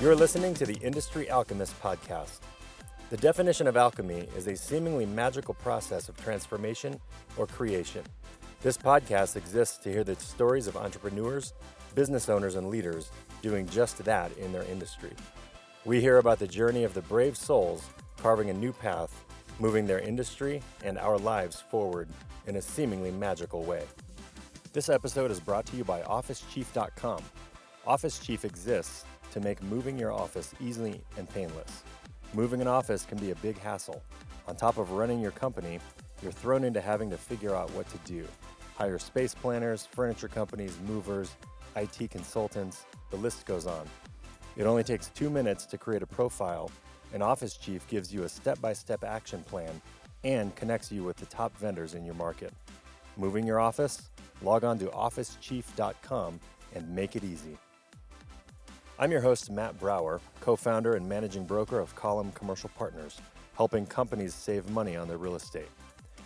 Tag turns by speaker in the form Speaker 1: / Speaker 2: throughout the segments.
Speaker 1: You're listening to the Industry Alchemist podcast. The definition of alchemy is a seemingly magical process of transformation or creation. This podcast exists to hear the stories of entrepreneurs, business owners, and leaders doing just that in their industry. We hear about the journey of the brave souls carving a new path, moving their industry and our lives forward in a seemingly magical way. This episode is brought to you by OfficeChief.com. Office Chief exists to make moving your office easily and painless. Moving an office can be a big hassle. On top of running your company, you're thrown into having to figure out what to do. Hire space planners, furniture companies, movers, IT consultants, the list goes on. It only takes two minutes to create a profile, and Office Chief gives you a step by step action plan and connects you with the top vendors in your market. Moving your office? Log on to officechief.com and make it easy. I'm your host, Matt Brower, co founder and managing broker of Column Commercial Partners, helping companies save money on their real estate.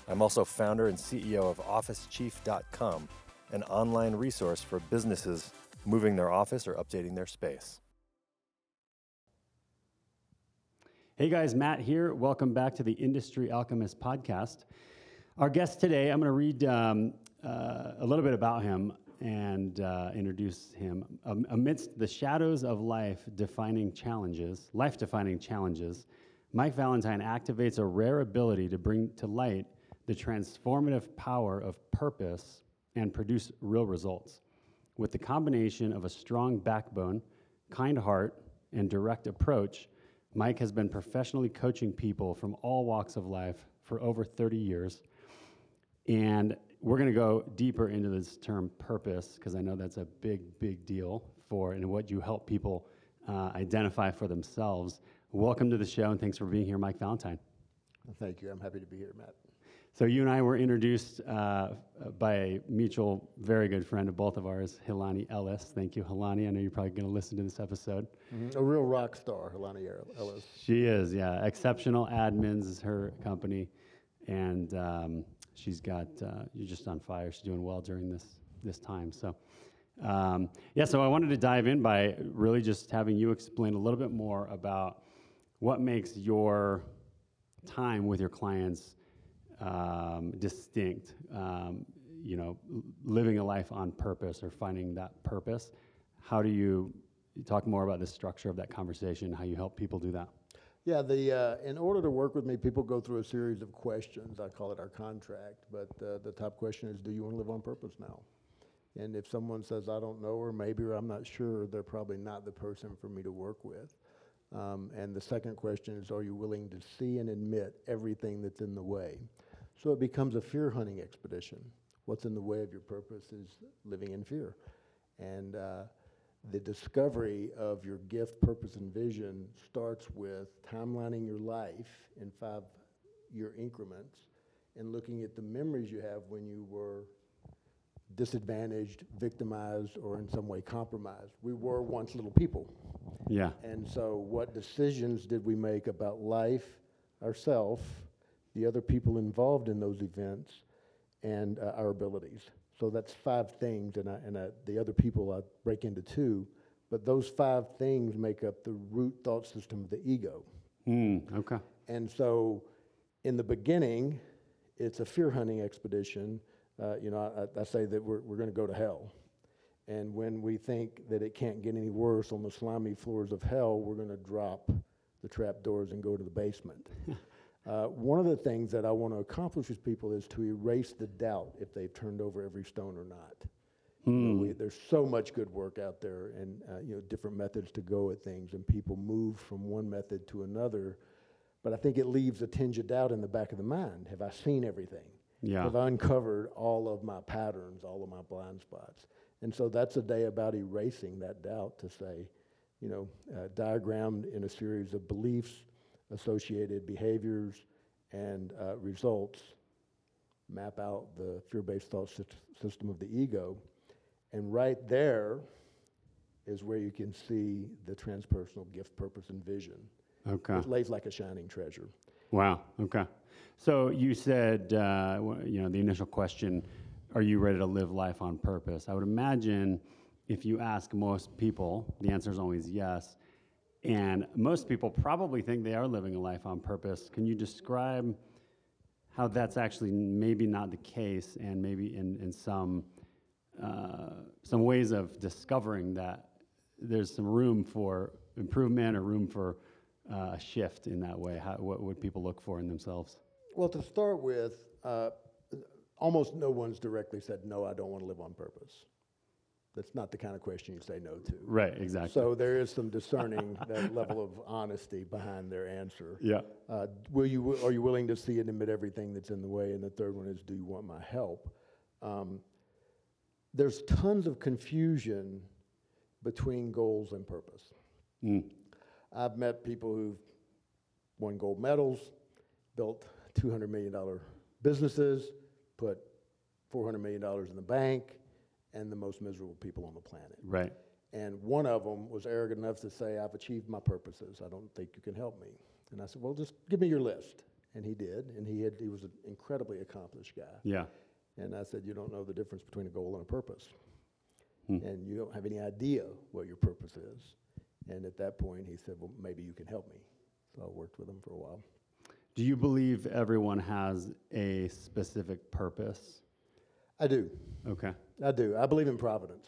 Speaker 1: I'm also founder and CEO of OfficeChief.com, an online resource for businesses moving their office or updating their space.
Speaker 2: Hey guys, Matt here. Welcome back to the Industry Alchemist podcast. Our guest today, I'm going to read um, uh, a little bit about him and uh, introduce him. Um, amidst the shadows of life defining challenges, life defining challenges, Mike Valentine activates a rare ability to bring to light the transformative power of purpose and produce real results. With the combination of a strong backbone, kind heart, and direct approach, Mike has been professionally coaching people from all walks of life for over 30 years. And we're going to go deeper into this term purpose because I know that's a big, big deal for and what you help people uh, identify for themselves. Welcome to the show and thanks for being here, Mike Valentine.
Speaker 3: Thank you. I'm happy to be here, Matt.
Speaker 2: So, you and I were introduced uh, by a mutual, very good friend of both of ours, Hilani Ellis. Thank you, Hilani. I know you're probably going to listen to this episode.
Speaker 3: A real rock star, Helani Ellis.
Speaker 2: She is, yeah. Exceptional Admins is her company. And um, she's got, uh, you're just on fire. She's doing well during this, this time. So, um, yeah, so I wanted to dive in by really just having you explain a little bit more about what makes your time with your clients um, distinct. Um, you know, l- living a life on purpose or finding that purpose. How do you you talk more about the structure of that conversation? How you help people do that?
Speaker 3: Yeah, the, uh, in order to work with me, people go through a series of questions. I call it our contract, but uh, the top question is, do you want to live on purpose now? And if someone says, I don't know, or maybe, or I'm not sure, they're probably not the person for me to work with. Um, and the second question is, are you willing to see and admit everything that's in the way? So it becomes a fear hunting expedition. What's in the way of your purpose is living in fear. And uh, the discovery of your gift, purpose, and vision starts with timelining your life in five year increments and looking at the memories you have when you were disadvantaged, victimized, or in some way compromised. We were once little people.
Speaker 2: Yeah,
Speaker 3: And so, what decisions did we make about life, ourself, the other people involved in those events, and uh, our abilities? So that's five things, and, I, and I, the other people I break into two, but those five things make up the root thought system of the ego.
Speaker 2: Mm, okay.
Speaker 3: And so, in the beginning, it's a fear hunting expedition. Uh, you know, I, I say that we're, we're going to go to hell. And when we think that it can't get any worse on the slimy floors of hell, we're going to drop the trap doors and go to the basement. uh, one of the things that I want to accomplish with people is to erase the doubt if they've turned over every stone or not. You know, we, there's so much good work out there, and uh, you know, different methods to go at things, and people move from one method to another. But I think it leaves a tinge of doubt in the back of the mind. Have I seen everything?
Speaker 2: Yeah.
Speaker 3: Have I uncovered all of my patterns, all of my blind spots? And so that's a day about erasing that doubt to say, you know, uh, diagrammed in a series of beliefs, associated behaviors, and uh, results map out the fear-based thought syst- system of the ego and right there is where you can see the transpersonal gift purpose and vision
Speaker 2: Okay.
Speaker 3: it lays like a shining treasure
Speaker 2: Wow. Okay. So you said, uh, w- you know, the initial question, are you ready to live life on purpose? I would imagine if you ask most people, the answer is always yes. And most people probably think they are living a life on purpose. Can you describe how that's actually maybe not the case, and maybe in, in some uh, some ways of discovering that there's some room for improvement or room for uh, a shift in that way? How, what would people look for in themselves?
Speaker 3: Well, to start with, uh, almost no one's directly said, no, I don't want to live on purpose. That's not the kind of question you say no to.
Speaker 2: Right, exactly.
Speaker 3: So there is some discerning that level of honesty behind their answer.
Speaker 2: yeah,
Speaker 3: Uh, will you, are you willing to see and admit everything that's in the way? And the third one is, do you want my help? Um, there's tons of confusion between goals and purpose.
Speaker 2: Mm,
Speaker 3: I've met people who've won gold medals, built $200 million businesses, put $400 million in the bank, and the most miserable people on the planet.
Speaker 2: right.
Speaker 3: And one of them was arrogant enough to say, I've achieved my purposes. I don't think you can help me. And I said, Well, just give me your list. And he did. And he, had, he was an incredibly accomplished guy.
Speaker 2: Yeah,
Speaker 3: And I said, You don't know the difference between a goal and a purpose.
Speaker 2: Hmm.
Speaker 3: And you don't have any idea what your purpose is. And at that point, he said, Well, maybe you can help me. So I worked with him for a while.
Speaker 2: Do you believe everyone has a specific purpose?
Speaker 3: I do.
Speaker 2: Okay.
Speaker 3: I do. I believe in providence.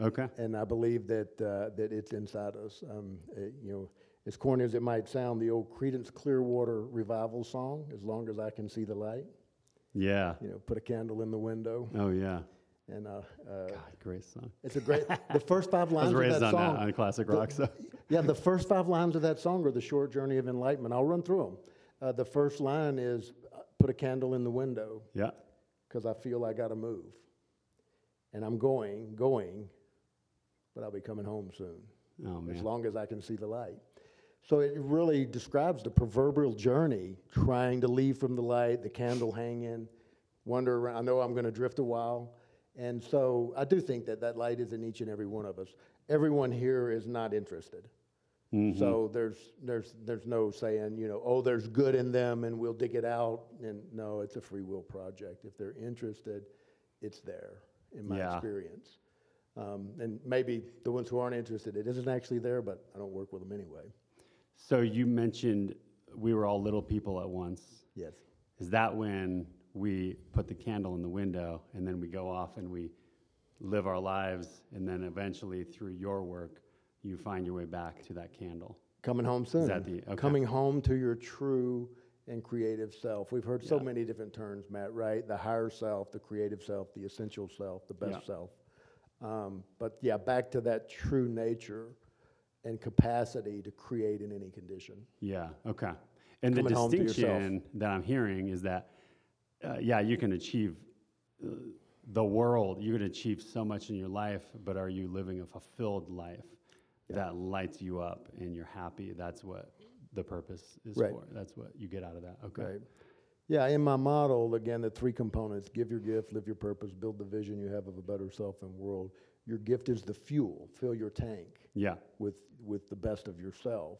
Speaker 2: Okay.
Speaker 3: and I believe that uh, that it's inside us. Um, it- you know, as corny as it might sound, the old Credence Clearwater revival song, "As Long as I Can See the Light,"
Speaker 2: Yeah.
Speaker 3: you know, put a candle in the window,
Speaker 2: Oh yeah.
Speaker 3: and uh, uh,
Speaker 2: God, great song.
Speaker 3: it's a great. the first five
Speaker 2: I
Speaker 3: lines
Speaker 2: was
Speaker 3: of
Speaker 2: raised
Speaker 3: that
Speaker 2: on
Speaker 3: song.
Speaker 2: that on classic rock. So
Speaker 3: yeah, the first five lines of that song are the short journey of enlightenment. I'll run through them. Uh, the first line is, uh, "Put a candle in the window."
Speaker 2: yeah,
Speaker 3: because I feel I got to move. And I'm going, going, but I'll be coming home soon.
Speaker 2: Oh,
Speaker 3: As
Speaker 2: man.
Speaker 3: long as I can see the light. So it really describes the proverbial journey trying to leave from the light, the candle hanging, wander around. I know I'm going to drift a while. And so I do think that that light is in each and every one of us. Everyone here is not interested.
Speaker 2: Mm-hmm.
Speaker 3: So there's there's there's no saying you know oh there's good in them and we'll dig it out and no it's a free will project if they're interested it's there in my
Speaker 2: Yeah.
Speaker 3: experience um, and maybe the ones who aren't interested it isn't actually there but I don't work with them anyway
Speaker 2: So you mentioned we were all little people at once.
Speaker 3: yes
Speaker 2: Is that when we put the candle in the window and then we go off and we live our lives and then eventually through your work you find your way back to that candle?
Speaker 3: coming home soon
Speaker 2: that the- okay.
Speaker 3: coming home to your true and creative self we've heard so many different terms Matt right the higher self the creative self the essential self the best
Speaker 2: Yeah.
Speaker 3: self um, but yeah back to that true nature and capacity to create in any condition
Speaker 2: Yeah. Okay. And the
Speaker 3: Coming home to yourself.
Speaker 2: distinction that I'm hearing is that, uh, yeah, you can achieve uh, the world. You can achieve so much in your life, but are you living a fulfilled life that lights you up and you're happy? That's what the purpose is
Speaker 3: Right.
Speaker 2: for. That's what you get out of that. Okay.
Speaker 3: Right. Yeah, in my model, again, the three components give your gift, live your purpose, build the vision you have of a better self and world. Your gift is the fuel, fill your tank
Speaker 2: Yeah.
Speaker 3: with, with the best of yourself.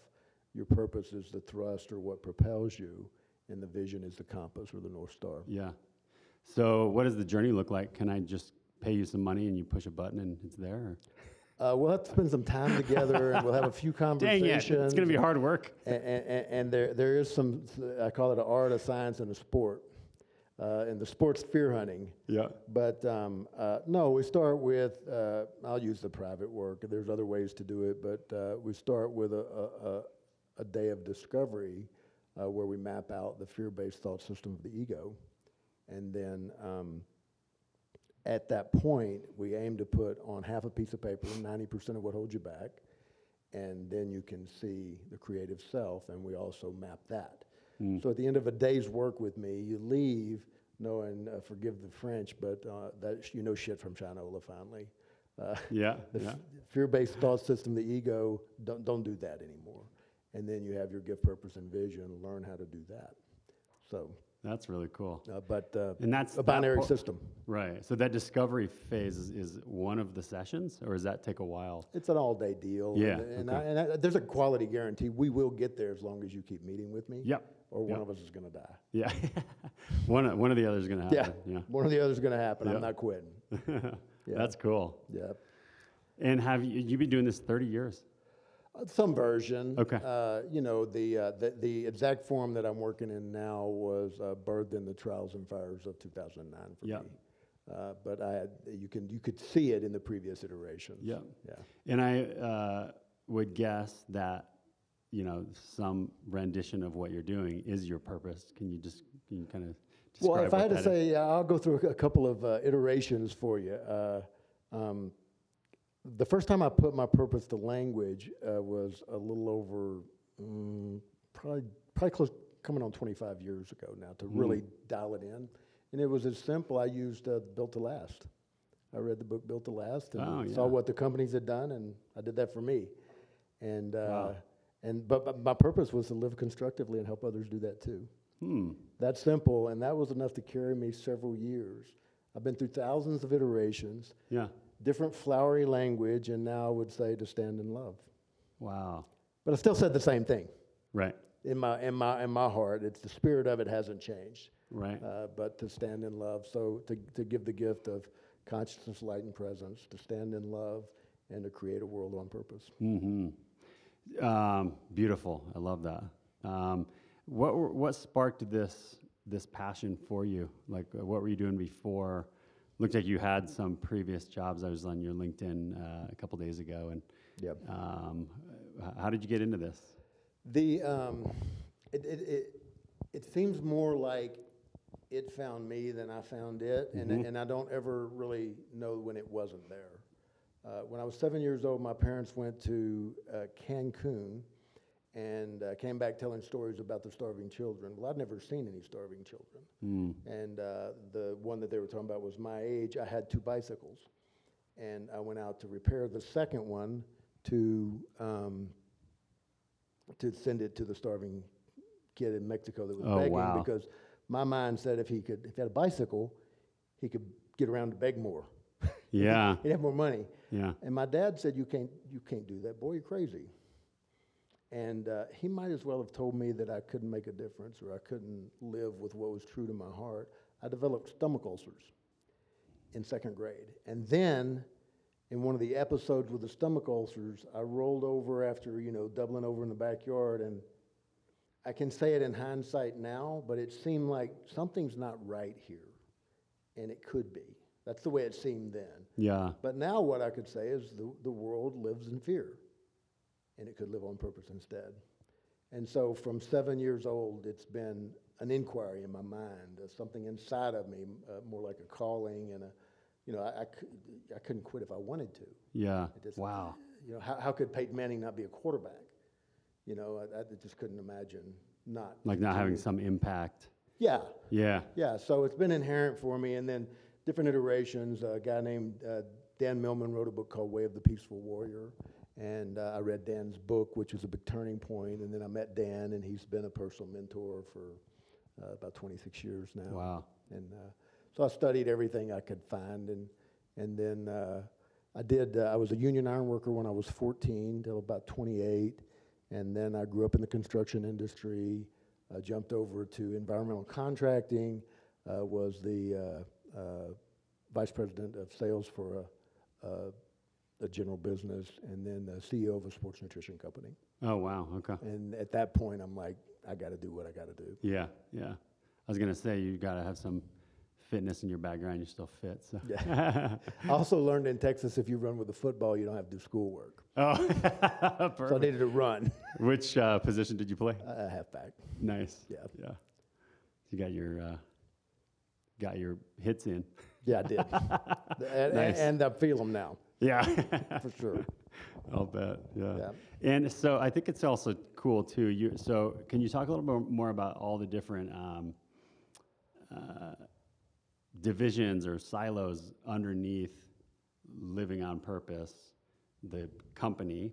Speaker 3: Your purpose is the thrust or what propels you, and the vision is the compass or the North Star.
Speaker 2: Yeah. So, what does the journey look like? Can I just pay you some money and you push a button and it's there? Or?
Speaker 3: Uh, we'll have to spend some time together and we'll have a few
Speaker 2: Dang
Speaker 3: conversations.
Speaker 2: it! It's going to be hard work.
Speaker 3: and, and, and there, there is some, I call it an art, a science, and a sport. Uh, and the sport's fear hunting.
Speaker 2: Yeah.
Speaker 3: But um, uh, no, we start with, uh, I'll use the private work. There's other ways to do it, but uh, we start with a, a, a, a day of discovery uh, where we map out the fear based thought system of the ego. And then um, at that point, we aim to put on half a piece of paper 90% of what holds you back. And then you can see the creative self, and we also map that.
Speaker 2: Hmm.
Speaker 3: So at the end of a day's work with me, you leave knowing, uh, forgive the French, but uh, that sh- you know shit from Shinola finally. Uh,
Speaker 2: Yeah.
Speaker 3: the
Speaker 2: yeah.
Speaker 3: fear-based thought system, the ego, don't, don't do that anymore. And then you have your gift, purpose, and vision. Learn how to do that. So,
Speaker 2: That's really cool.
Speaker 3: uh, but uh,
Speaker 2: And that's
Speaker 3: a
Speaker 2: that
Speaker 3: binary
Speaker 2: part-
Speaker 3: system.
Speaker 2: Right. So that discovery phase is, is one of the sessions, or does that take a while?
Speaker 3: It's an all-day deal.
Speaker 2: Yeah,
Speaker 3: And, and, I, and I, there's a quality guarantee. We will get there as long as you keep meeting with me.
Speaker 2: Yep,
Speaker 3: Or one
Speaker 2: yep.
Speaker 3: of us is going to die.
Speaker 2: Yeah. one, o- one of the other is going to
Speaker 3: Yeah.
Speaker 2: happen. Yeah.
Speaker 3: One or the other is going to happen.
Speaker 2: Yeah.
Speaker 3: I'm not quitting.
Speaker 2: That's cool.
Speaker 3: Yeah.
Speaker 2: And have you, you've been doing this 30 years?
Speaker 3: Uh, Some version.
Speaker 2: Okay.
Speaker 3: Uh, you know, the, uh, the, the exact form that I'm working in now was uh, birthed in the trials and fires of 2009 for
Speaker 2: Yeah.
Speaker 3: me. Uh, but I had, you can you could see it in the previous iterations.
Speaker 2: Yeah.
Speaker 3: Yeah.
Speaker 2: And I uh, would guess that you know some rendition of what you're doing is your purpose. Can you just can you kind of describe
Speaker 3: Well, if I
Speaker 2: what
Speaker 3: had to
Speaker 2: that is?
Speaker 3: say, uh, I'll go through a, a couple of uh, iterations for you. Uh, um, the first time I put my purpose to language uh, was a little over, mm, probably, probably close, coming on 25 years ago now to
Speaker 2: Mm.
Speaker 3: really dial it in. And it was as simple. I used uh, Built to Last. I read the book Built to Last and
Speaker 2: Oh,
Speaker 3: saw
Speaker 2: yeah.
Speaker 3: what the companies had done, and I did that for me. And, uh,
Speaker 2: Wow.
Speaker 3: and but, but my purpose was to live constructively and help others do that too
Speaker 2: hmm.
Speaker 3: that simple, and that was enough to carry me several years. I've been through thousands of iterations,
Speaker 2: Yeah.
Speaker 3: different flowery language, and now I would say to stand in love.
Speaker 2: Wow.
Speaker 3: But I still said the same thing
Speaker 2: Right.
Speaker 3: in my in my in my heart. It's the spirit of it hasn't changed,
Speaker 2: Right.
Speaker 3: uh, but to stand in love. So to to give the gift of consciousness, light, and presence, to stand in love, and to create a world on purpose.
Speaker 2: hmm Um, beautiful. I love that. Um, what were- what sparked this this passion for you? Like, uh, what were you doing before? Looked like you had some previous jobs. I was on your LinkedIn uh, a couple days ago, and
Speaker 3: Yep.
Speaker 2: um, h- how did you get into this?
Speaker 3: The um, it, it, it it seems more like it found me than I found it, and and I don't ever really know when it wasn't there. Uh, when I was seven years old, my parents went to uh, Cancun and uh, came back telling stories about the starving children. Well, I'd never seen any starving children, and uh, the one that they were talking about was my age. I had two bicycles, and I went out to repair the second one to. Um, to send it to the starving kid in Mexico that was
Speaker 2: Oh,
Speaker 3: begging
Speaker 2: wow.
Speaker 3: because my mind said if he could if he had a bicycle, he could get around to beg more.
Speaker 2: Yeah.
Speaker 3: He'd have more money.
Speaker 2: Yeah.
Speaker 3: And my dad said you can't you can't do that. Boy, you're crazy. And uh, he might as well have told me that I couldn't make a difference or I couldn't live with what was true to my heart. I developed stomach ulcers in second grade. And then in one of the episodes with the stomach ulcers, I rolled over after, you know, doubling over in the backyard. And I can say it in hindsight now, but it seemed like something's not right here. And it could be. That's the way it seemed then.
Speaker 2: Yeah.
Speaker 3: But now what I could say is the, the world lives in fear, and it could live on purpose instead. And so from seven years old, it's been an inquiry in my mind, uh, something inside of me, uh, more like a calling, and a, you know, I, I, cou- I couldn't quit if I wanted to.
Speaker 2: Yeah.
Speaker 3: just-
Speaker 2: Wow.
Speaker 3: You know, how, how could Peyton Manning not be a quarterback? You know, I, I just couldn't imagine not.
Speaker 2: Like not having some impact.
Speaker 3: Yeah,
Speaker 2: Yeah.
Speaker 3: yeah, so it's been inherent for me, and then different iterations. A guy named uh, Dan Millman wrote a book called Way of the Peaceful Warrior, and uh, I read Dan's book, which was a big turning point. And then I met Dan, and he's been a personal mentor for uh, about 26 years now.
Speaker 2: Wow.
Speaker 3: And uh, so I studied everything I could find, and and then uh, I did. Uh, I was a union iron worker when I was 14 till about 28, and then I grew up in the construction industry. I jumped over to environmental contracting. Uh, was the uh, uh, vice president of sales for a, a, a general business, and then the CEO of a sports nutrition company.
Speaker 2: Oh wow. Okay.
Speaker 3: And at that point, I'm like, I got to do what I got to do.
Speaker 2: Yeah. Yeah. I was gonna say you gotta have some fitness in your background. You're still fit. So. Yeah.
Speaker 3: I also learned in Texas if you run with the football, you don't have to do schoolwork.
Speaker 2: oh.
Speaker 3: So I
Speaker 2: perfect.
Speaker 3: needed to run.
Speaker 2: Which uh, position did you play?
Speaker 3: A a halfback.
Speaker 2: Nice.
Speaker 3: Yeah.
Speaker 2: Yeah. You got your uh, got your hits in.
Speaker 3: Yeah, I did. and,
Speaker 2: Nice.
Speaker 3: and I feel them now,
Speaker 2: Yeah.
Speaker 3: for sure.
Speaker 2: I'll bet. Yeah.
Speaker 3: Yeah.
Speaker 2: And so I think it's also cool too. You so can you talk a little bit more about all the different um, uh, divisions or silos underneath living on purpose, the company,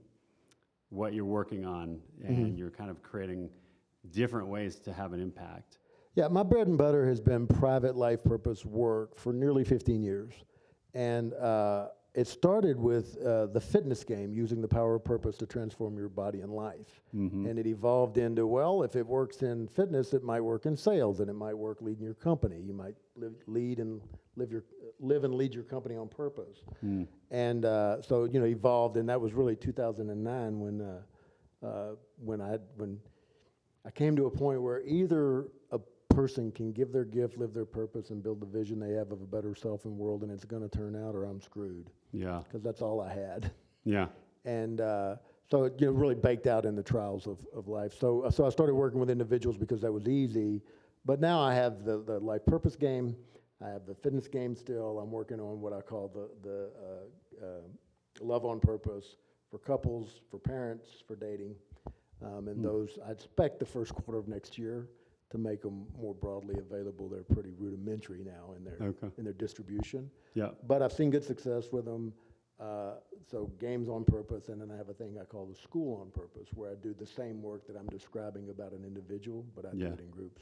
Speaker 2: what you're working on, and you're kind of creating different ways to have an impact.
Speaker 3: Yeah, my bread and butter has been private life purpose work for nearly 15 years. And uh, it started with uh, the fitness game, using the power of purpose to transform your body and life. And it evolved into well, if it works in fitness, it might work in sales, and it might work leading your company. You might live, lead and live your live and lead your company on purpose. And uh, so you know, evolved, and that was really 2009 when uh, uh, when I when I came to a point where either a person can give their gift, live their purpose, and build the vision they have of a better self and world, and it's going to turn out, or I'm screwed,
Speaker 2: Yeah.
Speaker 3: because that's all I had.
Speaker 2: Yeah.
Speaker 3: And uh, so, it, you know, really baked out in the trials of, of life. So, uh, so I started working with individuals because that was easy. But now I have the, the life purpose game. I have the fitness game still. I'm working on what I call the, the uh, uh, love on purpose for couples, for parents, for dating. Um, and those, I expect the first quarter of next year to make them more broadly available. They're pretty rudimentary now in their
Speaker 2: Okay.
Speaker 3: in their distribution.
Speaker 2: Yeah.
Speaker 3: But I've seen good success with them. Uh, so games on purpose, and then I have a thing I call the school on purpose, where I do the same work that I'm describing about an individual, but I
Speaker 2: Yeah.
Speaker 3: do it in groups.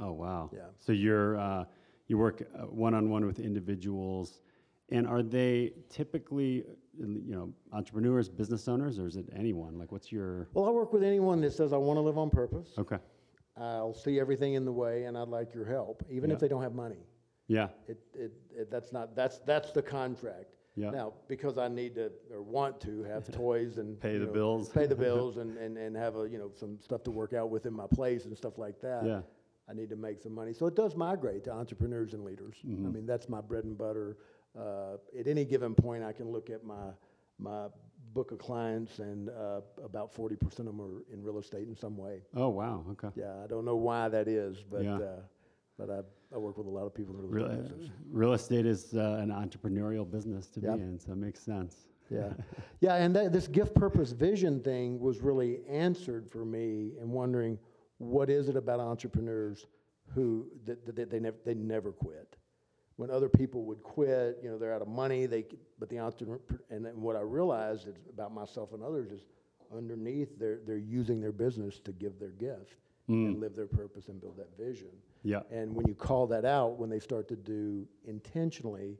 Speaker 2: Oh wow.
Speaker 3: Yeah.
Speaker 2: So you're uh, you work one on one with individuals, and are they typically uh, you know entrepreneurs, business owners, or is it anyone? Like, what's your
Speaker 3: Well, I work with anyone that says I want to live on purpose.
Speaker 2: okay?
Speaker 3: I'll see everything in the way, and I'd like your help, even
Speaker 2: Yeah.
Speaker 3: if they don't have money.
Speaker 2: Yeah.
Speaker 3: It, it, it, that's not, that's, that's the contract.
Speaker 2: Yeah.
Speaker 3: Now, because I need to, or want to, have toys and.
Speaker 2: Pay
Speaker 3: you
Speaker 2: the
Speaker 3: know,
Speaker 2: bills.
Speaker 3: Pay the bills and, and, and have a, you know, some stuff to work out within my place and stuff like that.
Speaker 2: Yeah.
Speaker 3: I need to make some money. So it does migrate to entrepreneurs and leaders. I
Speaker 2: Mm-hmm.
Speaker 3: mean, that's my bread and butter. Uh, at any given point, I can look at my, my book of clients and, uh, about forty percent of them are in real estate in some way.
Speaker 2: Oh wow. Okay.
Speaker 3: Yeah, I don't know why that is, but,
Speaker 2: Yeah.
Speaker 3: uh, but I, I work with a lot of people in real
Speaker 2: Real,
Speaker 3: estate.
Speaker 2: uh,
Speaker 3: business.
Speaker 2: real estate is uh, an entrepreneurial business to
Speaker 3: Yeah.
Speaker 2: be in, so it makes sense.
Speaker 3: yeah yeah and that, this gift purpose vision thing was really answered for me in wondering what is it about entrepreneurs who that, that, that they never they never quit when other people would quit you know they're out of money they c- but the entrepreneur and then what i realized is about myself and others is underneath they're they're using their business to give their gift and live their purpose and build that vision
Speaker 2: Yeah.
Speaker 3: and when you call that out, when they start to do intentionally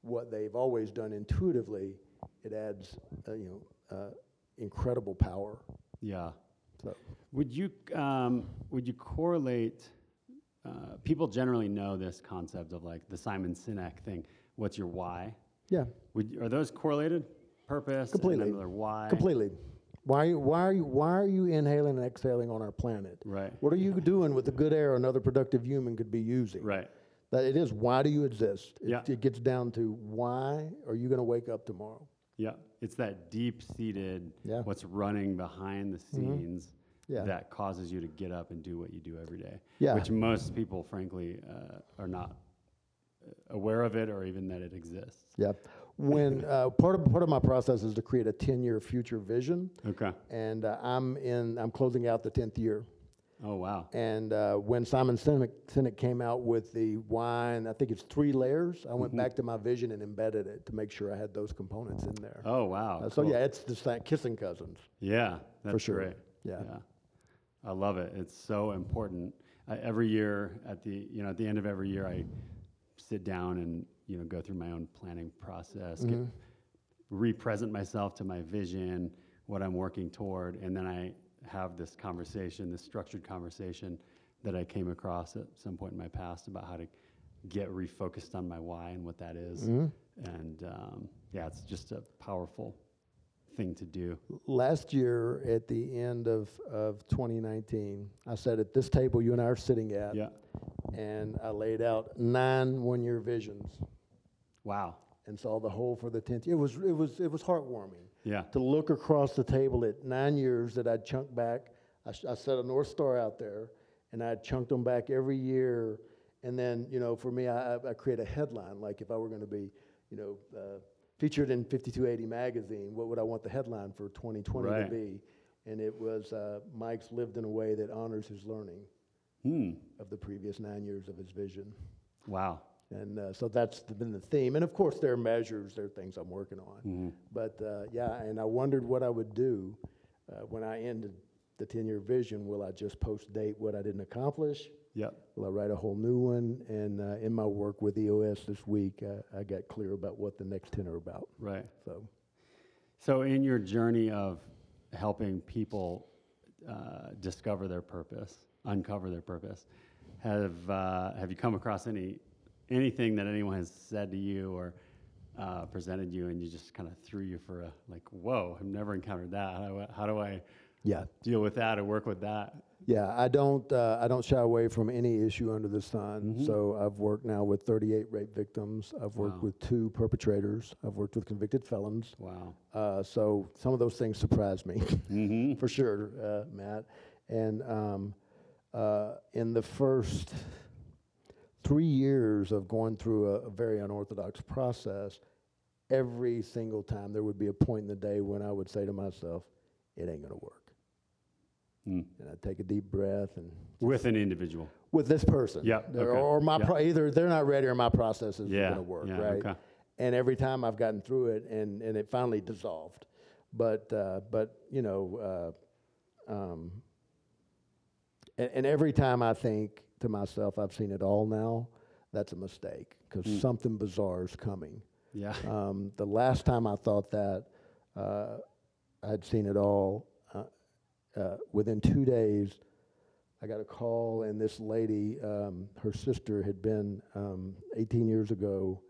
Speaker 3: what they've always done intuitively, it adds, uh, you know, uh, incredible power.
Speaker 2: Yeah.
Speaker 3: So,
Speaker 2: Would you um, would you correlate? Uh, people generally know this concept of like the Simon Sinek thing. What's your why?
Speaker 3: yeah,
Speaker 2: Would, are those correlated? Purpose
Speaker 3: Completely.
Speaker 2: and then their why.
Speaker 3: completely. Why, why, are you, why are you inhaling and exhaling on our planet?
Speaker 2: Right.
Speaker 3: What are you doing with the good air another productive human could be using?
Speaker 2: Right.
Speaker 3: That it is, why do you exist? It,
Speaker 2: Yeah.
Speaker 3: it gets down to why are you going to wake up tomorrow?
Speaker 2: Yeah. It's that deep seated.
Speaker 3: Yeah. Mm-hmm.
Speaker 2: What's running behind the scenes.
Speaker 3: Yeah.
Speaker 2: That causes you to get up and do what you do every day.
Speaker 3: Yeah.
Speaker 2: Which most people, frankly, uh, are not uh, aware of it or even that it exists.
Speaker 3: Yeah. When uh, part of part of my process is to create a ten year future vision,
Speaker 2: Okay.
Speaker 3: and uh, I'm in I'm closing out the tenth year.
Speaker 2: Oh wow.
Speaker 3: And uh, when Simon Sinek, Sinek came out with the wine, I think it's three layers. I
Speaker 2: Mm-hmm.
Speaker 3: went back to my vision and embedded it to make sure I had those components in there.
Speaker 2: Oh wow.
Speaker 3: Uh, so
Speaker 2: cool.
Speaker 3: yeah, it's just like kissing cousins.
Speaker 2: Yeah, that's
Speaker 3: sure.
Speaker 2: great.
Speaker 3: Yeah.
Speaker 2: I love it. It's so important. I, every year at the you know at the end of every year I sit down and you know go through my own planning process, get, re-present myself to my vision, what I'm working toward, and then I have this conversation, this structured conversation that I came across at some point in my past about how to get refocused on my why and what that is. And um, yeah, it's just a powerful thing to do.
Speaker 3: Last year, at the end of, of 2019, I said at this table you and I are sitting at,
Speaker 2: Yeah.
Speaker 3: and I laid out nine one year visions.
Speaker 2: Wow.
Speaker 3: and saw the hole for the tenth. It was it was it was heartwarming
Speaker 2: Yeah.
Speaker 3: to look across the table at nine years that I'd chunked back. I, sh- I set a north star out there, and I chunked them back every year. And then you know, for me, I, I- I create a headline like if I were going to be, you know, uh, featured in 5280 magazine, what would I want the headline for 2020
Speaker 2: Right.
Speaker 3: to be? And it was uh, Mike's lived in a way that honors his learning
Speaker 2: Hmm.
Speaker 3: of the previous nine years of his vision.
Speaker 2: Wow.
Speaker 3: And uh, so that's the- been the theme. And of course, there are measures, there are things I'm working on. But uh, yeah, and I wondered what I would do uh, when I ended the 10 year vision, will I just post date what I didn't accomplish?
Speaker 2: Yep.
Speaker 3: Will I write a whole new one? And uh, in my work with EOS this week, uh, I got clear about what the next 10 are about.
Speaker 2: Right.
Speaker 3: So,
Speaker 2: So, in your journey of helping people uh, discover their purpose, uncover their purpose, have uh, have you come across any anything that anyone has said to you or uh, presented you, and you just kind of threw you for a like, whoa, I've never encountered that. How do I, how do I
Speaker 3: yeah.
Speaker 2: deal with that or work with that?
Speaker 3: Yeah, I don't. Uh, I don't shy away from any issue under the sun. So I've worked now with 38 rape victims. I've worked
Speaker 2: Wow.
Speaker 3: with two perpetrators. I've worked with convicted felons.
Speaker 2: Wow.
Speaker 3: Uh, so some of those things surprised me,
Speaker 2: Mm-hmm.
Speaker 3: for sure, uh, Matt. And um, uh, in the first three years of going through a, a very unorthodox process, every single time there would be a point in the day when I would say to myself, "It ain't gonna work,"
Speaker 2: Hmm.
Speaker 3: and I'd take a deep breath and
Speaker 2: With an individual.
Speaker 3: with this person.
Speaker 2: Yep,
Speaker 3: They're-
Speaker 2: okay,
Speaker 3: Or my
Speaker 2: yep.
Speaker 3: pro- either they're not ready or my process isn't
Speaker 2: Yeah,
Speaker 3: going to work.
Speaker 2: yeah,
Speaker 3: right.
Speaker 2: okay.
Speaker 3: And every time I've gotten through it, and and it finally dissolved. But uh, but you know, uh, um, and, and every time I think to myself, I've seen it all now. That's a mistake because
Speaker 2: Hmm.
Speaker 3: something bizarre is coming.
Speaker 2: Yeah.
Speaker 3: Um, the last time I thought that, uh, I'd seen it all. Uh, uh, within two days, I got a call, and this lady, um, her sister had been um, 18 years ago,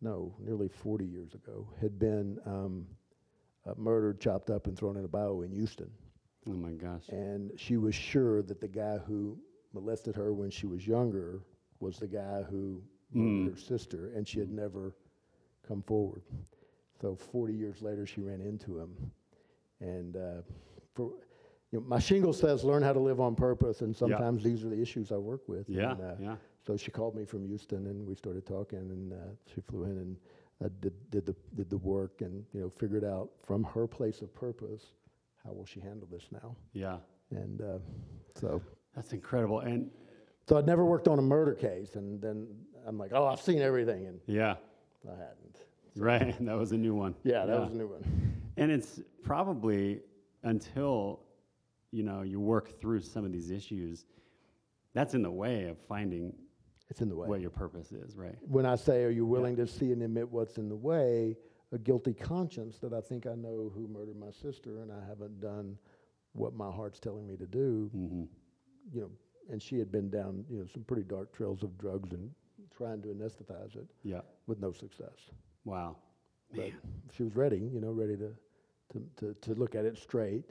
Speaker 3: no, nearly 40 years ago, had been um, uh, murdered, chopped up, and thrown in a bio in Houston.
Speaker 2: Oh my gosh.
Speaker 3: And she was sure that the guy who molested her when she was younger was the guy who
Speaker 2: Hmm.
Speaker 3: murdered her sister, and she had never come forward. So 40 years later, she ran into him. And uh, for, you know, my shingle says, learn how to live on purpose, and sometimes these are the issues I work with.
Speaker 2: Yeah,
Speaker 3: and, uh,
Speaker 2: yeah.
Speaker 3: So she called me from Houston, and we started talking, and uh, she flew in and uh, did, did, the, did the work and, you know, figured out from her place of purpose, how will she handle this now?
Speaker 2: Yeah.
Speaker 3: and uh, so
Speaker 2: That's incredible. And
Speaker 3: so I'd never worked on a murder case, and then I'm like, oh, I've seen everything, and
Speaker 2: yeah.
Speaker 3: I hadn't.
Speaker 2: Right. That was a new one.
Speaker 3: Yeah, that was a new one.
Speaker 2: And it's probably until you know you work through some of these issues that's in the way of finding
Speaker 3: It's in the way.
Speaker 2: what your purpose is, right?
Speaker 3: When I say, are you willing to see and admit what's in the way? A guilty conscience that I think I know who murdered my sister, and I haven't done what my heart's telling me to do. You know, and she had been down you know some pretty dark trails of drugs and trying to anesthetize it
Speaker 2: Yeah.
Speaker 3: with no success.
Speaker 2: Wow.
Speaker 3: but she was ready, you know, ready to, to, to, to look at it straight.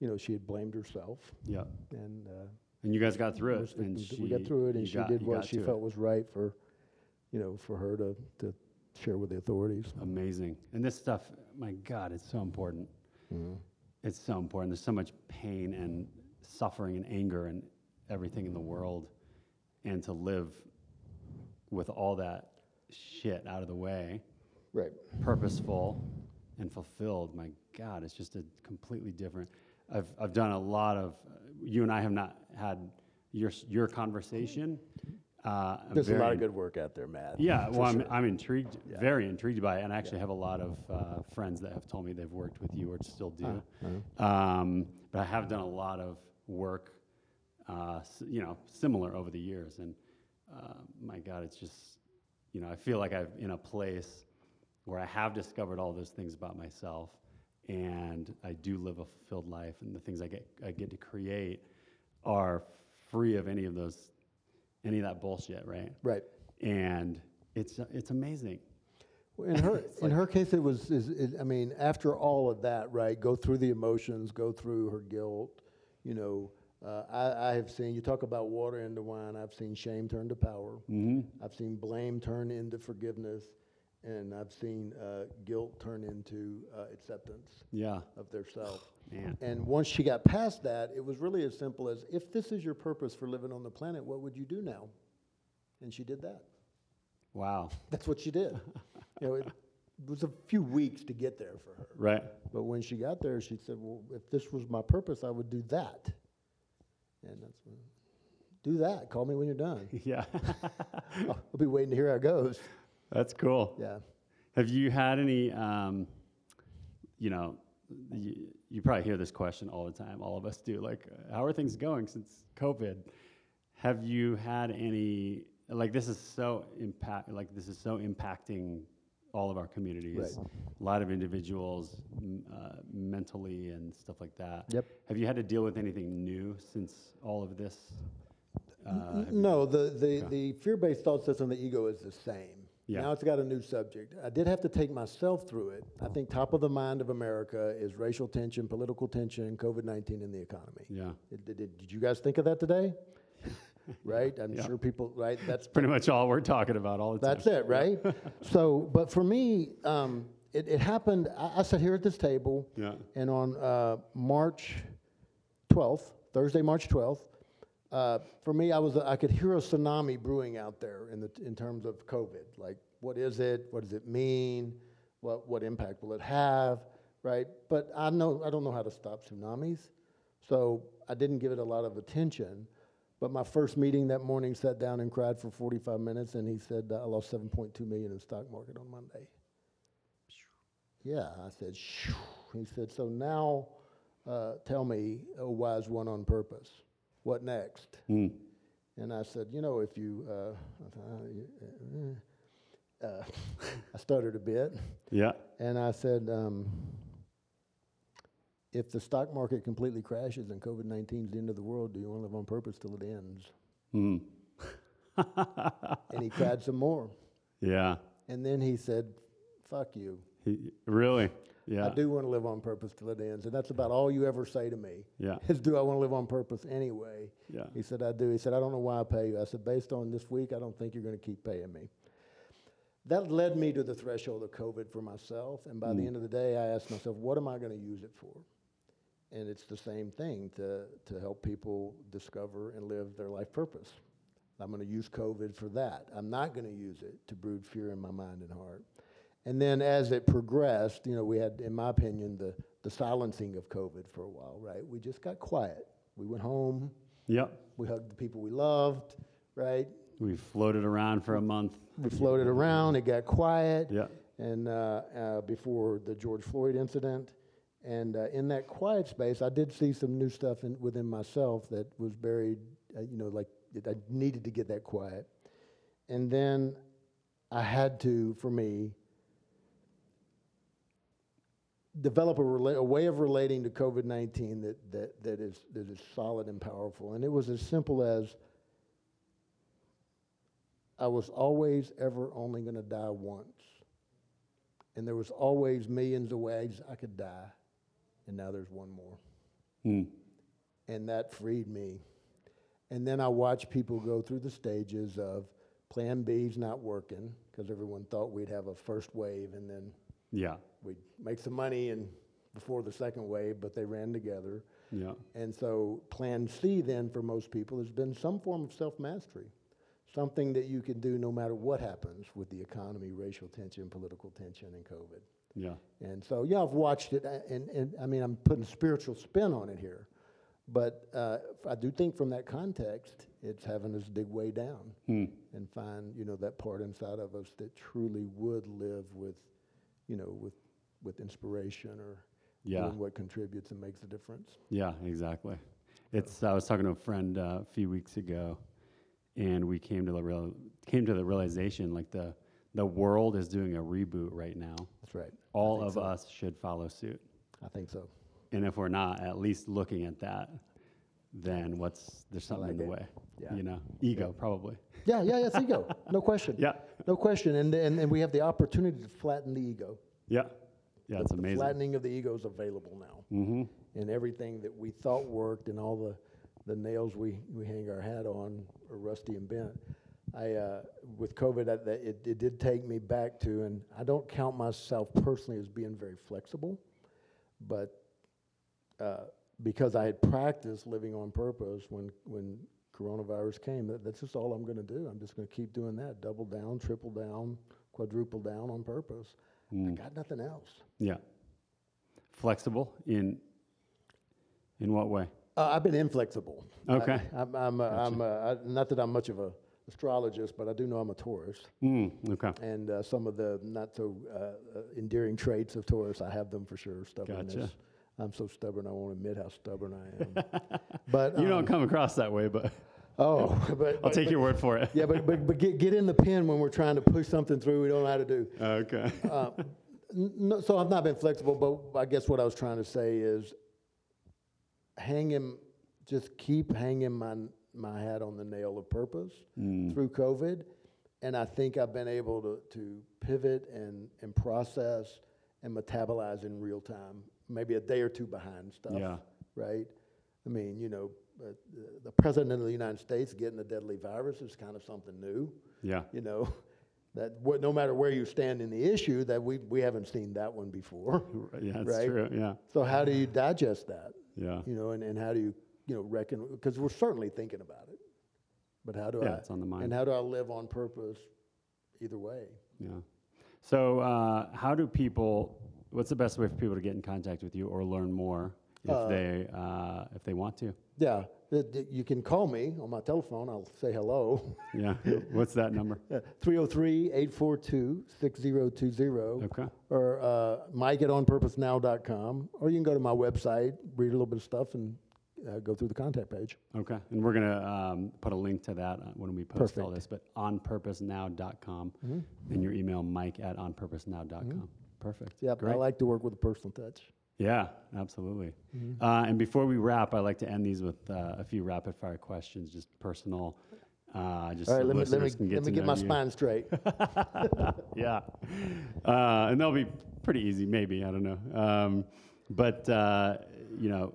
Speaker 3: You know, she had blamed herself,
Speaker 2: Yeah.
Speaker 3: and uh,
Speaker 2: And you guys got through it,
Speaker 3: most
Speaker 2: and
Speaker 3: victims-
Speaker 2: she,
Speaker 3: we got through it,
Speaker 2: you
Speaker 3: and she
Speaker 2: got-
Speaker 3: did
Speaker 2: you
Speaker 3: what
Speaker 2: got
Speaker 3: she
Speaker 2: to it.
Speaker 3: felt was right for, you know, for her to, to share with the authorities.
Speaker 2: amazing. And this stuff, my God, it's so important. It's so important. There's so much pain and suffering and anger and everything in the world, and to live with all that shit out of the way.
Speaker 3: Right.
Speaker 2: purposeful and fulfilled. My God, it's just a completely different. I've, I've done a lot of. You and I have not had your s- your conversation. Uh, I'm
Speaker 3: There's a lot
Speaker 2: very-
Speaker 3: of good work out there, Matt.
Speaker 2: Yeah,
Speaker 3: for
Speaker 2: well, I'm,
Speaker 3: sure.
Speaker 2: I'm intrigued, very intrigued by it, and I actually have a lot of uh, friends that have told me they've worked with you or still do.
Speaker 3: Uh-huh.
Speaker 2: Um, but I have done a lot of work, uh, s- you know, similar over the years, and uh, my God, it's just, you know, I feel like I've in a place where I have discovered all those things about myself, and I do live a fulfilled life, and the things I get I get to create are free of any of those, any of that bullshit, right?
Speaker 3: right.
Speaker 2: and it's it's amazing.
Speaker 3: Well, In her in her case, it was. Is, is, I mean, after all of that, right? Go through the emotions, go through her guilt. You know, uh, I, I have seen. You talk about water into wine. I've seen shame turn to power. I've seen blame turn into forgiveness, and I've seen uh, guilt turn into uh, acceptance
Speaker 2: Yeah,
Speaker 3: of their self.
Speaker 2: man.
Speaker 3: And once she got past that, it was really as simple as if this is your purpose for living on the planet, what would you do now? And she did that.
Speaker 2: Wow.
Speaker 3: That's what she did. you know, it was a few weeks to get there for her.
Speaker 2: Right.
Speaker 3: But when she got there, she said, "Well, if this was my purpose, I would do that." And that's when, do that. Call me when you're done.
Speaker 2: Yeah.
Speaker 3: I'll I'll be waiting to hear how it goes.
Speaker 2: That's cool.
Speaker 3: Yeah.
Speaker 2: Have you had any, um, you know, you, you probably hear this question all the time. All of us do. Like, uh, how are things going since COVID? Have you had any? Like, this is so impact. Like, this is so impacting all of our communities. A lot of individuals m- uh, mentally and stuff like that.
Speaker 3: Yep.
Speaker 2: Have you had to deal with anything new since all of this? Uh,
Speaker 3: Mm-hmm.
Speaker 2: have you-
Speaker 3: No, the, the, the fear-based thought system, the ego is the same.
Speaker 2: Yeah.
Speaker 3: Now it's got a new subject. I did have to take myself through it. I think top of the mind of America is racial tension, political tension, COVID-19 and the economy.
Speaker 2: yeah.
Speaker 3: Did, did, did you guys think of that today? Right? I'm
Speaker 2: Yeah.
Speaker 3: sure people, right? That's
Speaker 2: Pretty much all we're talking about all the time.
Speaker 3: That's it, right? so, but for me, um, it, it happened. I, I sat here at this table,
Speaker 2: Yeah.
Speaker 3: and on uh, March 12th, Thursday, March 12th, uh, for me, I was I could hear a tsunami brewing out there in the in terms of COVID. Like, what is it? What does it mean? What what impact will it have? Right? But I know I don't know how to stop tsunamis, so I didn't give it a lot of attention. But my first meeting that morning, sat down and cried for 45 minutes, and he said, "I lost 7.2 million in stock market on Monday." Yeah, I said, "Shoo." he said, so now uh, tell me, a wise one on purpose, what next?
Speaker 2: Mm.
Speaker 3: And I said, you know, if you, uh, I thought, uh, you- uh, uh," I stuttered a bit,
Speaker 2: Yeah.
Speaker 3: and I said, um, if the stock market completely crashes and COVID 19 is the end of the world, do you want to live on purpose till it ends?
Speaker 2: Mm.
Speaker 3: and he cried some more.
Speaker 2: Yeah.
Speaker 3: And then he said, fuck you.
Speaker 2: He, really? Yeah.
Speaker 3: I do want to live on purpose till it ends. And that's about all you ever say to me
Speaker 2: Yeah.
Speaker 3: is, Do I want to live on purpose anyway?
Speaker 2: Yeah.
Speaker 3: He said, I do. He said, I don't know why I pay you. I said, Based on this week, I don't think you're going to keep paying me. That led me to the threshold of COVID for myself. And by the end of the day, I asked myself, What am I going to use it for? And it's the same thing to, to help people discover and live their life purpose. I'm going to use COVID for that. I'm not going to use it to brood fear in my mind and heart. And then as it progressed, you know, we had, in my opinion, the, the silencing of COVID for a while, right? We just got quiet. We went home,
Speaker 2: Yep.
Speaker 3: we hugged the people we loved, right?
Speaker 2: We floated around for a month.
Speaker 3: We floated around, it got quiet.
Speaker 2: Yeah.
Speaker 3: And uh, uh, before the George Floyd incident. And uh, in that quiet space, I did see some new stuff in, within myself that was buried, uh, you know, like it, I needed to get that quiet. And then I had to, for me, develop a, rela- a way of relating to COVID 19 that, that, that, is, that is solid and powerful. And it was as simple as I was always, ever only going to die once. And there was always millions of ways I could die. And now there's one more.
Speaker 2: Mm.
Speaker 3: And that freed me. And then I watched people go through the stages of plan B's not working because everyone thought we'd have a first wave and then
Speaker 2: Yeah.
Speaker 3: we'd make some money and before the second wave, but they ran together.
Speaker 2: Yeah.
Speaker 3: And so, plan C then for most people has been some form of self mastery, something that you can do no matter what happens with the economy, racial tension, political tension, and COVID.
Speaker 2: Yeah.
Speaker 3: And so, yeah, I've watched it, a- and, and I mean, I'm putting spiritual spin on it here, but uh, I do think from that context, it's having us dig way down and find, you know, that part inside of us that truly would live with, you know, with, with inspiration or
Speaker 2: Yeah.
Speaker 3: doing what contributes and makes a difference.
Speaker 2: Yeah, exactly. It's. I was talking to a friend uh, a few weeks ago, and we came to the real, came to the realization like the the world is doing a reboot right now.
Speaker 3: That's right.
Speaker 2: All of us should follow suit,
Speaker 3: I think so.
Speaker 2: and if we're not at least looking at that, then what's there's something in the
Speaker 3: like it.
Speaker 2: way.
Speaker 3: Yeah.
Speaker 2: You know, ego probably.
Speaker 3: Yeah, yeah, yeah, it's ego. No question.
Speaker 2: Yeah.
Speaker 3: No question. And, and, and we have the opportunity to flatten the ego.
Speaker 2: Yeah. Yeah, it's
Speaker 3: the
Speaker 2: amazing.
Speaker 3: flattening of the ego is available now. Mm-hmm. And everything that we thought worked and all the, the nails we, we hang our hat on are rusty and bent. I, uh, with COVID, I, that it, it did take me back to, and I don't count myself personally as being very flexible, but uh, because I had practiced living on purpose when, when coronavirus came, that, that's just all I'm going to do. I'm just going to keep doing that double down, triple down, quadruple down on purpose. I got nothing else.
Speaker 2: Yeah. Flexible in in what way?
Speaker 3: Uh, I've been inflexible.
Speaker 2: Okay.
Speaker 3: I, am I'm, uh, I'm uh, I, not that I'm much of a astrologist, but I do know I'm a Taurus.
Speaker 2: Mm, okay.
Speaker 3: And uh, some of the not so uh, uh, endearing traits of Taurus, I have them for sure. Stubbornness.
Speaker 2: Gotcha.
Speaker 3: I'm so stubborn. I won't admit how stubborn I am. but
Speaker 2: You
Speaker 3: um,
Speaker 2: don't come across that way, but
Speaker 3: Oh, but
Speaker 2: I'll take your word for it.
Speaker 3: yeah, but but, but get, get in the pen when we're trying to push something through. We don't know how to do.
Speaker 2: Okay.
Speaker 3: N- No, so I've not been flexible, but I guess what I was trying to say is hang him, just keep hanging my, my hat on the nail of purpose through COVID. And I think I've been able to, to pivot and, and process and metabolize in real time, maybe a day or two behind stuff,
Speaker 2: Yeah.
Speaker 3: right? I mean, you know, uh, the- the president of the United States getting a deadly virus is kind of something new
Speaker 2: yeah.
Speaker 3: you know, that what, no matter where you stand in the issue, that we, we haven't seen that one before.
Speaker 2: Yeah, that's
Speaker 3: right?
Speaker 2: true. Yeah.
Speaker 3: So how do you digest that?
Speaker 2: Yeah.
Speaker 3: You know, and, and how do you, you know, reckon, because we're certainly thinking about it, but how do
Speaker 2: Yeah,
Speaker 3: I,
Speaker 2: it's on the mind.
Speaker 3: and how do I live on purpose either way?
Speaker 2: Yeah. So, uh, how do people? What's the best way for people to get in contact with you or learn more if they uh, if they want to?
Speaker 3: Yeah, that- that you can call me on my telephone. I'll say hello. Uh,
Speaker 2: Yeah. what's that number?
Speaker 3: 303 842 6020.
Speaker 2: Okay.
Speaker 3: Or uh, Mike at onpurposenow.com. Or you can go to my website, read a little bit of stuff, and uh, go through the contact page.
Speaker 2: Okay. And we're gonna um, put a link to that uh, when we post all this. But onpurposenow.com
Speaker 3: Mm-hmm.
Speaker 2: and your email Mike at onpurposenow.com. Perfect.
Speaker 3: Yeah,
Speaker 2: Great.
Speaker 3: Mm-hmm. I like to work with a personal touch.
Speaker 2: Yeah, absolutely.
Speaker 3: Mm-hmm.
Speaker 2: Uh, and before we wrap, I like to end these with uh, a few rapid fire questions, just personal. Uh, just
Speaker 3: All right,
Speaker 2: so
Speaker 3: let me, let me,
Speaker 2: listeners can get
Speaker 3: let me
Speaker 2: to
Speaker 3: get
Speaker 2: know
Speaker 3: my
Speaker 2: you.
Speaker 3: spine straight.
Speaker 2: Yeah, uh, and they'll be pretty easy, maybe. I don't know, um, but uh, you know,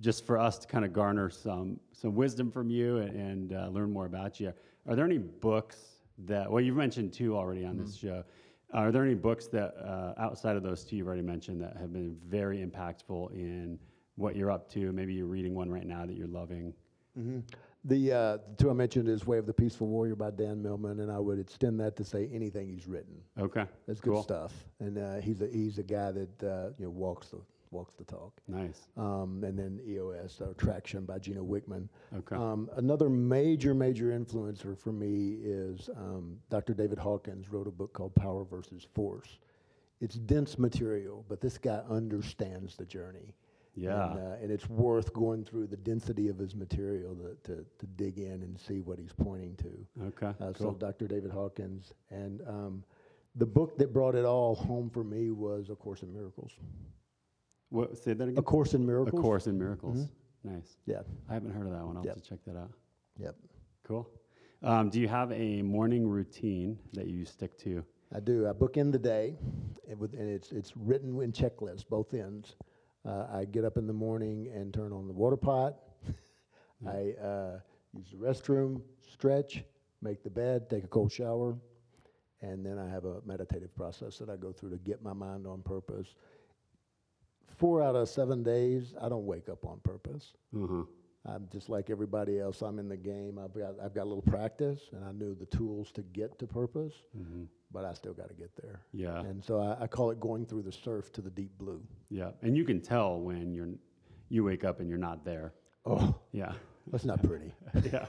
Speaker 2: just for us to kind of garner some some wisdom from you and, and uh, learn more about you. Are there any books that? Well, you've mentioned two already on
Speaker 3: Mm-hmm.
Speaker 2: this show. Are there any books that uh, outside of those two you've already mentioned that have been very impactful in what you're up to? Maybe you're reading one right now that you're loving.
Speaker 3: the, uh, the two I mentioned is Way of the Peaceful Warrior by Dan Millman, and I would extend that to say anything he's written.
Speaker 2: Okay,
Speaker 3: That's good
Speaker 2: Cool.
Speaker 3: stuff. And uh, he's, a, he's a guy that uh, you know, walks, the, walks the talk.
Speaker 2: nice.
Speaker 3: um, and then EOS or Traction by Gina Wickman.
Speaker 2: Okay.
Speaker 3: Um, another major, major influencer for me is um, Dr. David Hawkins wrote a book called Power versus Force. It's dense material, but this guy understands the journey.
Speaker 2: Yeah.
Speaker 3: And, uh, and it's worth going through the density of his material to, to, to dig in and see what he's pointing to.
Speaker 2: Okay,
Speaker 3: Uh, So
Speaker 2: cool.
Speaker 3: Dr. David Hawkins. And um, the book that brought it all home for me was A Course in Miracles.
Speaker 2: What, say that again.
Speaker 3: A Course in
Speaker 2: A
Speaker 3: Miracles? Mm-hmm.
Speaker 2: Course in Miracles. Nice.
Speaker 3: Yeah.
Speaker 2: I haven't heard of that one. I'll
Speaker 3: Yep.
Speaker 2: have to check that out.
Speaker 3: Yep.
Speaker 2: Cool. Um, do you have a morning routine that you stick to?
Speaker 3: I do. I book in the day, and, with, and it's it's written in checklists, both ends. Uh, I get up in the morning and turn on the water pot. I uh, use the restroom, stretch, make the bed, take a cold shower, and then I have a meditative process that I go through to get my mind on purpose. Four out of seven days, I don't wake up on purpose.
Speaker 2: Uh-huh.
Speaker 3: I'm just like everybody else. I'm in the game. I've got I've got a little practice, and I knew the tools to get to purpose, but I still got to get there.
Speaker 2: Mm-hmm. Yeah.
Speaker 3: And so I, I call it going through the surf to the deep blue.
Speaker 2: Yeah. And you can tell when you're you wake up and you're not there.
Speaker 3: Oh,
Speaker 2: Yeah.
Speaker 3: that's not pretty.
Speaker 2: yeah.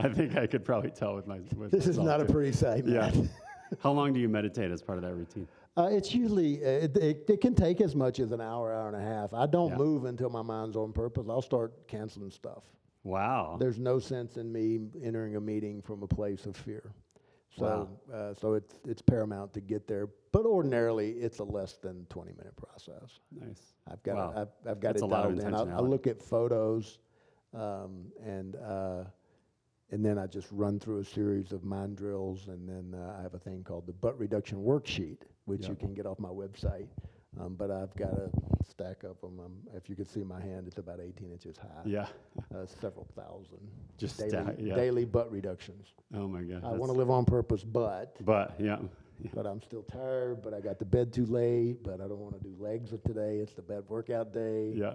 Speaker 2: I think I could probably tell with my. With
Speaker 3: this is
Speaker 2: myself,
Speaker 3: not a
Speaker 2: too.
Speaker 3: pretty sight.
Speaker 2: Yeah.
Speaker 3: man.
Speaker 2: How long do you meditate as part of that routine?
Speaker 3: Uh, it's usually uh, it, it, it can take as much as an hour, hour and a half. I don't
Speaker 2: Yeah.
Speaker 3: move until my mind's on purpose. I'll start canceling stuff.
Speaker 2: Wow.
Speaker 3: There's no sense in me entering a meeting from a place of fear. So, uh, so it's, it's paramount to get there. But ordinarily, it's a less than 20 minute process.
Speaker 2: nice.
Speaker 3: I've got
Speaker 2: Wow.
Speaker 3: it, I've, I've got
Speaker 2: That's a
Speaker 3: it
Speaker 2: lot of
Speaker 3: dialed in. I, I
Speaker 2: intentionality.
Speaker 3: look at photos, um, and uh, and then I just run through a series of mind drills, and then uh, I have a thing called the butt reduction worksheet, which you can get off my website. Um, but I've got a stack of them. Um, if you can see my hand, it's about 18 inches high.
Speaker 2: Yeah.
Speaker 3: Uh, several thousand
Speaker 2: Just
Speaker 3: daily,
Speaker 2: stack- yeah.
Speaker 3: daily butt reductions.
Speaker 2: Oh my God.
Speaker 3: I want to
Speaker 2: that's-
Speaker 3: live on purpose, but
Speaker 2: But yeah. Yeah.
Speaker 3: but I'm still tired. But I got to bed too late. But I don't want to do legs of today. It's the bad workout day
Speaker 2: Yeah.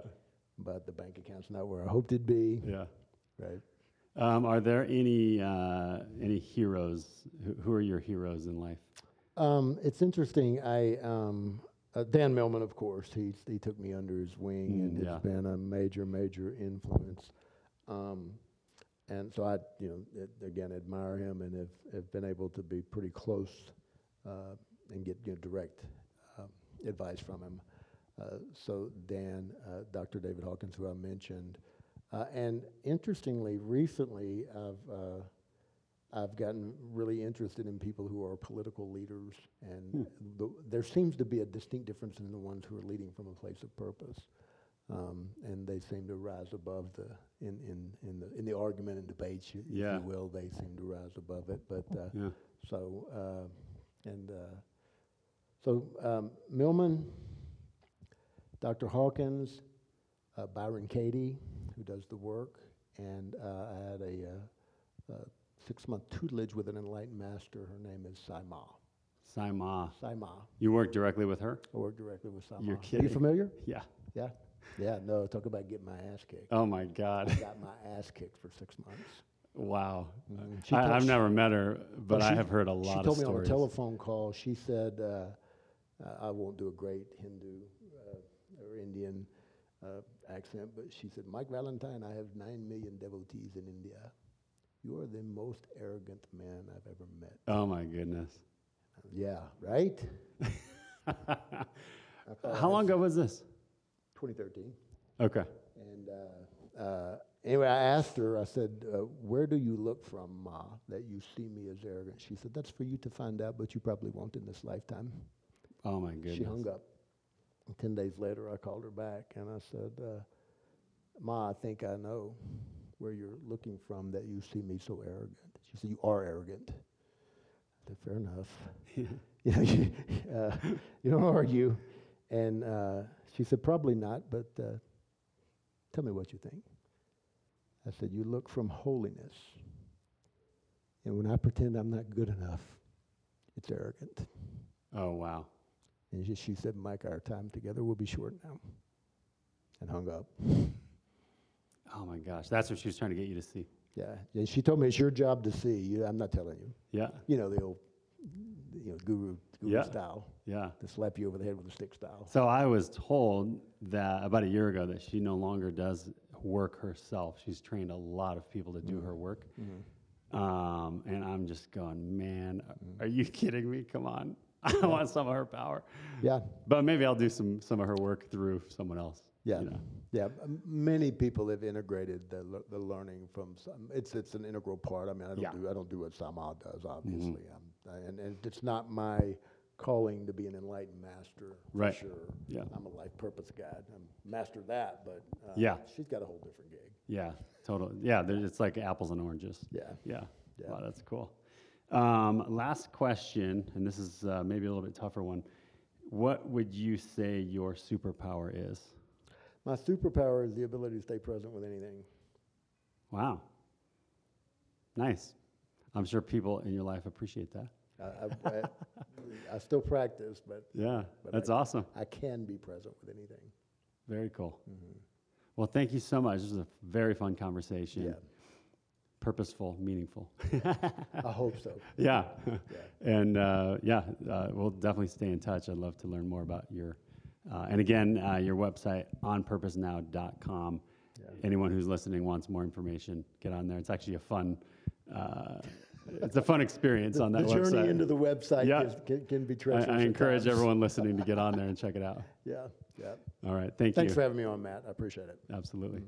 Speaker 3: but the bank account's not where I hoped it'd be.
Speaker 2: yeah.
Speaker 3: Right.
Speaker 2: Um, are there any uh, any heroes? Who, who are your heroes in life?
Speaker 3: Um, it's interesting. I um, uh, Dan Millman, of course, he he took me under his wing and
Speaker 2: Mm, yeah.
Speaker 3: has been a major, major influence. Um, And so I, you know, a- again, admire him and have, have been able to be pretty close uh, and get you know, direct um, advice from him. Uh, so Dan, uh, Dr. David Hawkins, who I mentioned, uh, and interestingly, recently I've uh, I've gotten really interested in people who are political leaders, and the, there seems to be a distinct difference in the ones who are leading from a place of purpose, um, and they seem to rise above the in, in, in the in the argument and debates, you- if
Speaker 2: Yeah.
Speaker 3: you will. They seem to rise above it, but uh,
Speaker 2: Yeah.
Speaker 3: so uh, and uh, so um, Millman, Dr. Hawkins, uh, Byron Katie, who does the work, and uh, I had a. Uh, uh, six month tutelage with an enlightened master. Her name is Saima.
Speaker 2: Saima.
Speaker 3: Saima.
Speaker 2: You work directly with her?
Speaker 3: I work directly with Saima.
Speaker 2: You're
Speaker 3: Are
Speaker 2: kidding.
Speaker 3: you familiar?
Speaker 2: Yeah.
Speaker 3: Yeah. Yeah, no, talk about getting my ass kicked.
Speaker 2: Oh my
Speaker 3: I
Speaker 2: God.
Speaker 3: got my ass kicked for six months.
Speaker 2: Wow.
Speaker 3: Mhm. She
Speaker 2: I,
Speaker 3: told-
Speaker 2: I've never met her, but I
Speaker 3: she-
Speaker 2: have heard a
Speaker 3: She
Speaker 2: lot of
Speaker 3: told
Speaker 2: stories.
Speaker 3: me on a telephone call, she said, uh, I- I won't do a great Hindu uh, or Indian uh, accent, but she said, Mike Valentine, I have nine million devotees in India. You are the most arrogant man I've ever met.
Speaker 2: Oh my goodness.
Speaker 3: Yeah, right? I thought
Speaker 2: How long ago was this?
Speaker 3: 2013.
Speaker 2: Okay.
Speaker 3: And uh, uh, anyway, I asked her, I said, uh, Where do you look from, Ma, that you see me as arrogant? She said, That's for you to find out, but you probably won't in this lifetime.
Speaker 2: Oh my goodness.
Speaker 3: She hung up. And Ten days later, I called her back and I said, uh, Ma, I think I know where you're looking from that you see me so arrogant. She said, You are arrogant. I said, Fair enough you know, you, uh, you don't argue. And uh, she said, probably not, but uh, tell me what you think. I said, you look from holiness. And when I pretend I'm not good enough, it's arrogant.
Speaker 2: Oh wow.
Speaker 3: And she, she said, Mike, our time together will be short now. And hung up.
Speaker 2: Oh my gosh. That's what she was trying to get you to see.
Speaker 3: Yeah. And she told me, it's your job to see. You, I'm not telling you.
Speaker 2: Yeah.
Speaker 3: You know, the old you know, guru, guru
Speaker 2: Yeah.
Speaker 3: style,
Speaker 2: Yeah.
Speaker 3: to slap you over the head with a stick style.
Speaker 2: So I was told that about a year ago that she no longer does work herself. She's trained a lot of people to do
Speaker 3: Mm-hmm.
Speaker 2: her work. Um, and I'm just going, man,
Speaker 3: Mm-hmm.
Speaker 2: are you kidding me? Come on. I want some of her power.
Speaker 3: Yeah.
Speaker 2: But maybe I'll do some, some of her work through someone else.
Speaker 3: Yeah,
Speaker 2: you know?
Speaker 3: yeah. M- Many people have integrated the, lear- the learning from some. It's it's an integral part. I mean, I don't
Speaker 2: Yeah. Mm-hmm.
Speaker 3: do I don't do what Sama does, obviously. I'm, I- and, and it's not my calling to be an enlightened master for
Speaker 2: Right.
Speaker 3: sure.
Speaker 2: Yeah.
Speaker 3: I'm a life purpose guy. I'm master of that, but uh,
Speaker 2: Yeah.
Speaker 3: she's got a whole different gig.
Speaker 2: Yeah, total. Yeah, there- it's like apples and oranges.
Speaker 3: Yeah.
Speaker 2: Yeah.
Speaker 3: Yeah.
Speaker 2: Wow, that's cool. Um, last question, and this is uh, maybe a little bit tougher one. What would you say your superpower is?
Speaker 3: My superpower is the ability to stay present with anything.
Speaker 2: Wow. Nice. I'm sure people in your life appreciate that.
Speaker 3: I, I, I, I still practice, but
Speaker 2: Yeah,
Speaker 3: But
Speaker 2: that's
Speaker 3: I-
Speaker 2: awesome.
Speaker 3: I can be present with anything.
Speaker 2: Very cool.
Speaker 3: Mm-hmm.
Speaker 2: Well, thank you so much. This was a very fun conversation.
Speaker 3: Yeah.
Speaker 2: Purposeful, meaningful.
Speaker 3: I hope so.
Speaker 2: yeah. And uh, yeah, uh, we'll definitely stay in touch. I'd love to learn more about your, uh, and again, uh, your website, onpurposenow.com. Anyone who's listening wants more information, get on there. It's actually a fun, uh, it's a fun experience on that
Speaker 3: the
Speaker 2: website.
Speaker 3: journey into the website
Speaker 2: Yeah.
Speaker 3: is, can, can be
Speaker 2: I,
Speaker 3: treacherous.
Speaker 2: I
Speaker 3: at
Speaker 2: encourage
Speaker 3: times.
Speaker 2: everyone listening to get on there and check it out.
Speaker 3: Yeah, yeah.
Speaker 2: All right. Thank
Speaker 3: Thanks
Speaker 2: you.
Speaker 3: for having me on, Matt. I appreciate it.
Speaker 2: Absolutely.